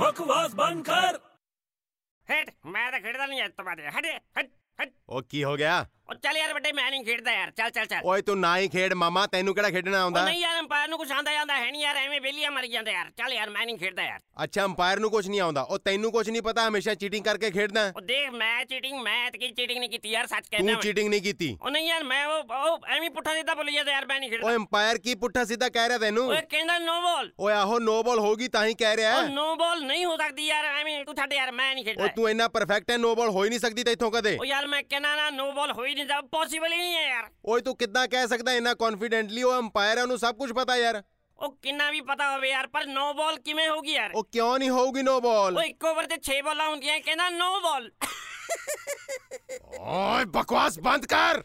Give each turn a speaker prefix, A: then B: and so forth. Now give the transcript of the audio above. A: बकवास बंद कर
B: हट मैं तो खेड़ता नहीं आज तुम्हारे हट हट ਹਟ
C: ਉਹ ਕੀ ਹੋ ਗਿਆ
B: ਉਹ ਚੱਲ ਯਾਰ ਵੱਡੇ ਮੈਂ ਨਹੀਂ ਖੇਡਦਾ ਯਾਰ ਚੱਲ ਚੱਲ ਚੱਲ
C: ਓਏ ਤੂੰ ਨਾ ਹੀ ਖੇਡ ਮਾਮਾ ਤੈਨੂੰ ਕਿਹੜਾ ਖੇਡਣਾ
B: ਉਹ
C: ਆਉਂਦਾ
B: ਨਹੀਂ ਯਾਰ ਅੰਪਾਇਰ ਨੂੰ ਕੁਛ ਆਂਦਾ ਜਾਂਦਾ ਹੈ ਨਹੀਂ ਯਾਰ ਐਵੇਂ ਬੇਲੀਆਂ ਮਰ ਜਾਂਦੇ ਯਾਰ ਚੱਲ ਯਾਰ ਮੈਂ ਨਹੀਂ ਖੇਡਦਾ ਯਾਰ
C: ਅੱਛਾ ਅੰਪਾਇਰ ਨੂੰ ਕੁਝ ਨਹੀਂ ਆਉਂਦਾ ਉਹ ਤੈਨੂੰ ਕੁਝ ਨਹੀਂ ਪਤਾ ਹਮੇਸ਼ਾ ਚੀਟਿੰਗ ਕਰਕੇ ਖੇਡਦਾ ਹੈ।
B: ਉਹ ਦੇਖ ਮੈਂ ਚੀਟਿੰਗ ਮੈਂ ਐਤਕੀ ਚੀਟਿੰਗ ਨਹੀਂ ਕੀਤੀ ਯਾਰ ਸੱਚ ਕਹਿੰਦਾ
C: ਤੂੰ
B: ਮੈਂ
C: ਚੀਟਿੰਗ ਨਹੀਂ ਕੀਤੀ
B: ਉਹ ਨਹੀਂ ਯਾਰ ਮੈਂ ਉਹ ਉਹ ਐਵੇਂ ਪੁੱਠਾ ਸਿੱਧਾ ਬੋਲੀ ਜਾਂਦਾ ਯਾਰ ਮੈਂ ਨਹੀਂ ਖੇਡਦਾ
C: ਓਏ ਅੰਪਾਇਰ ਕੀ ਪੁੱਠਾ ਸਿੱਧਾ ਕਹਿ ਰਿਹਾ ਤੈਨੂੰ
B: ਓਏ ਕਹਿੰਦਾ ਨੋ ਬੋਲ
C: ਓਏ ਆਹੋ ਨੋ ਬਾਲ ਹੋਗੀ ਤਾਂ ਹੀ ਕਹਿ ਰਿਹਾ
B: ਉਹ
C: ਹੈ।
B: ਨੋ ਬੋਲ ਨਹੀਂ ਹੋ ਸਕਦੀ ਯਾਰ ਐਵੇਂ ਤੂੰ ਛੱਡ ਯਾਰ ਮੈਂ ਨਹੀਂ
C: ਓਏ
B: ਖੇਡਦਾ
C: ਤੂੰ ਇੰਨਾ ਪਰਫੈਕਟ ਹੈ ਨੋ ਬਾਲ ਹੋ ਹੀ ਨਹੀਂ ਸਕਦੀ ਤੈਥੋਂ ਕਦੇ
B: ਉਹ ਯਾਰ ਮੈਂ ਕਹਿੰਦਾ ਨਾ ਨੋ ਬੋਲ ਹੋ ਹੀ ਨਹੀਂ ਜਾ ਪੋਸੀਬਲ ਹੀ ਨਹੀਂ ਹੈ ਯਾਰ
C: ਓਏ ਤੂੰ ਕਿੱਦਾਂ ਕਹਿ ਸਕਦਾ ਇੰਨਾ ਕੌਨਫੀਡੈਂਟਲੀ ਉਹ ਅੰਪਾਇਰ ਹੈ ਉਹਨੂੰ ਸਭ ਕੁਝ ਪਤਾ ਯਾਰ
B: ਉਹ ਕਿੰਨਾ ਵੀ ਪਤਾ ਹੋਵੇ ਯਾਰ ਪਰ ਨੋ ਬੋਲ ਕਿਵੇਂ ਹੋਗੀ ਯਾਰ
C: ਉਹ ਕਿਉਂ ਨਹੀਂ ਹੋਊਗੀ ਨੋ ਬਾਲ
B: ਉਹ ਇੱਕ ਓਵਰ ਤੇ 6 ਬੋਲਾਂ ਹੁੰਦੀਆਂ ਕਹਿੰਦਾ ਨੋ ਬੋਲ
C: ਓਏ ਬਕਵਾਸ ਬੰਦ ਕਰ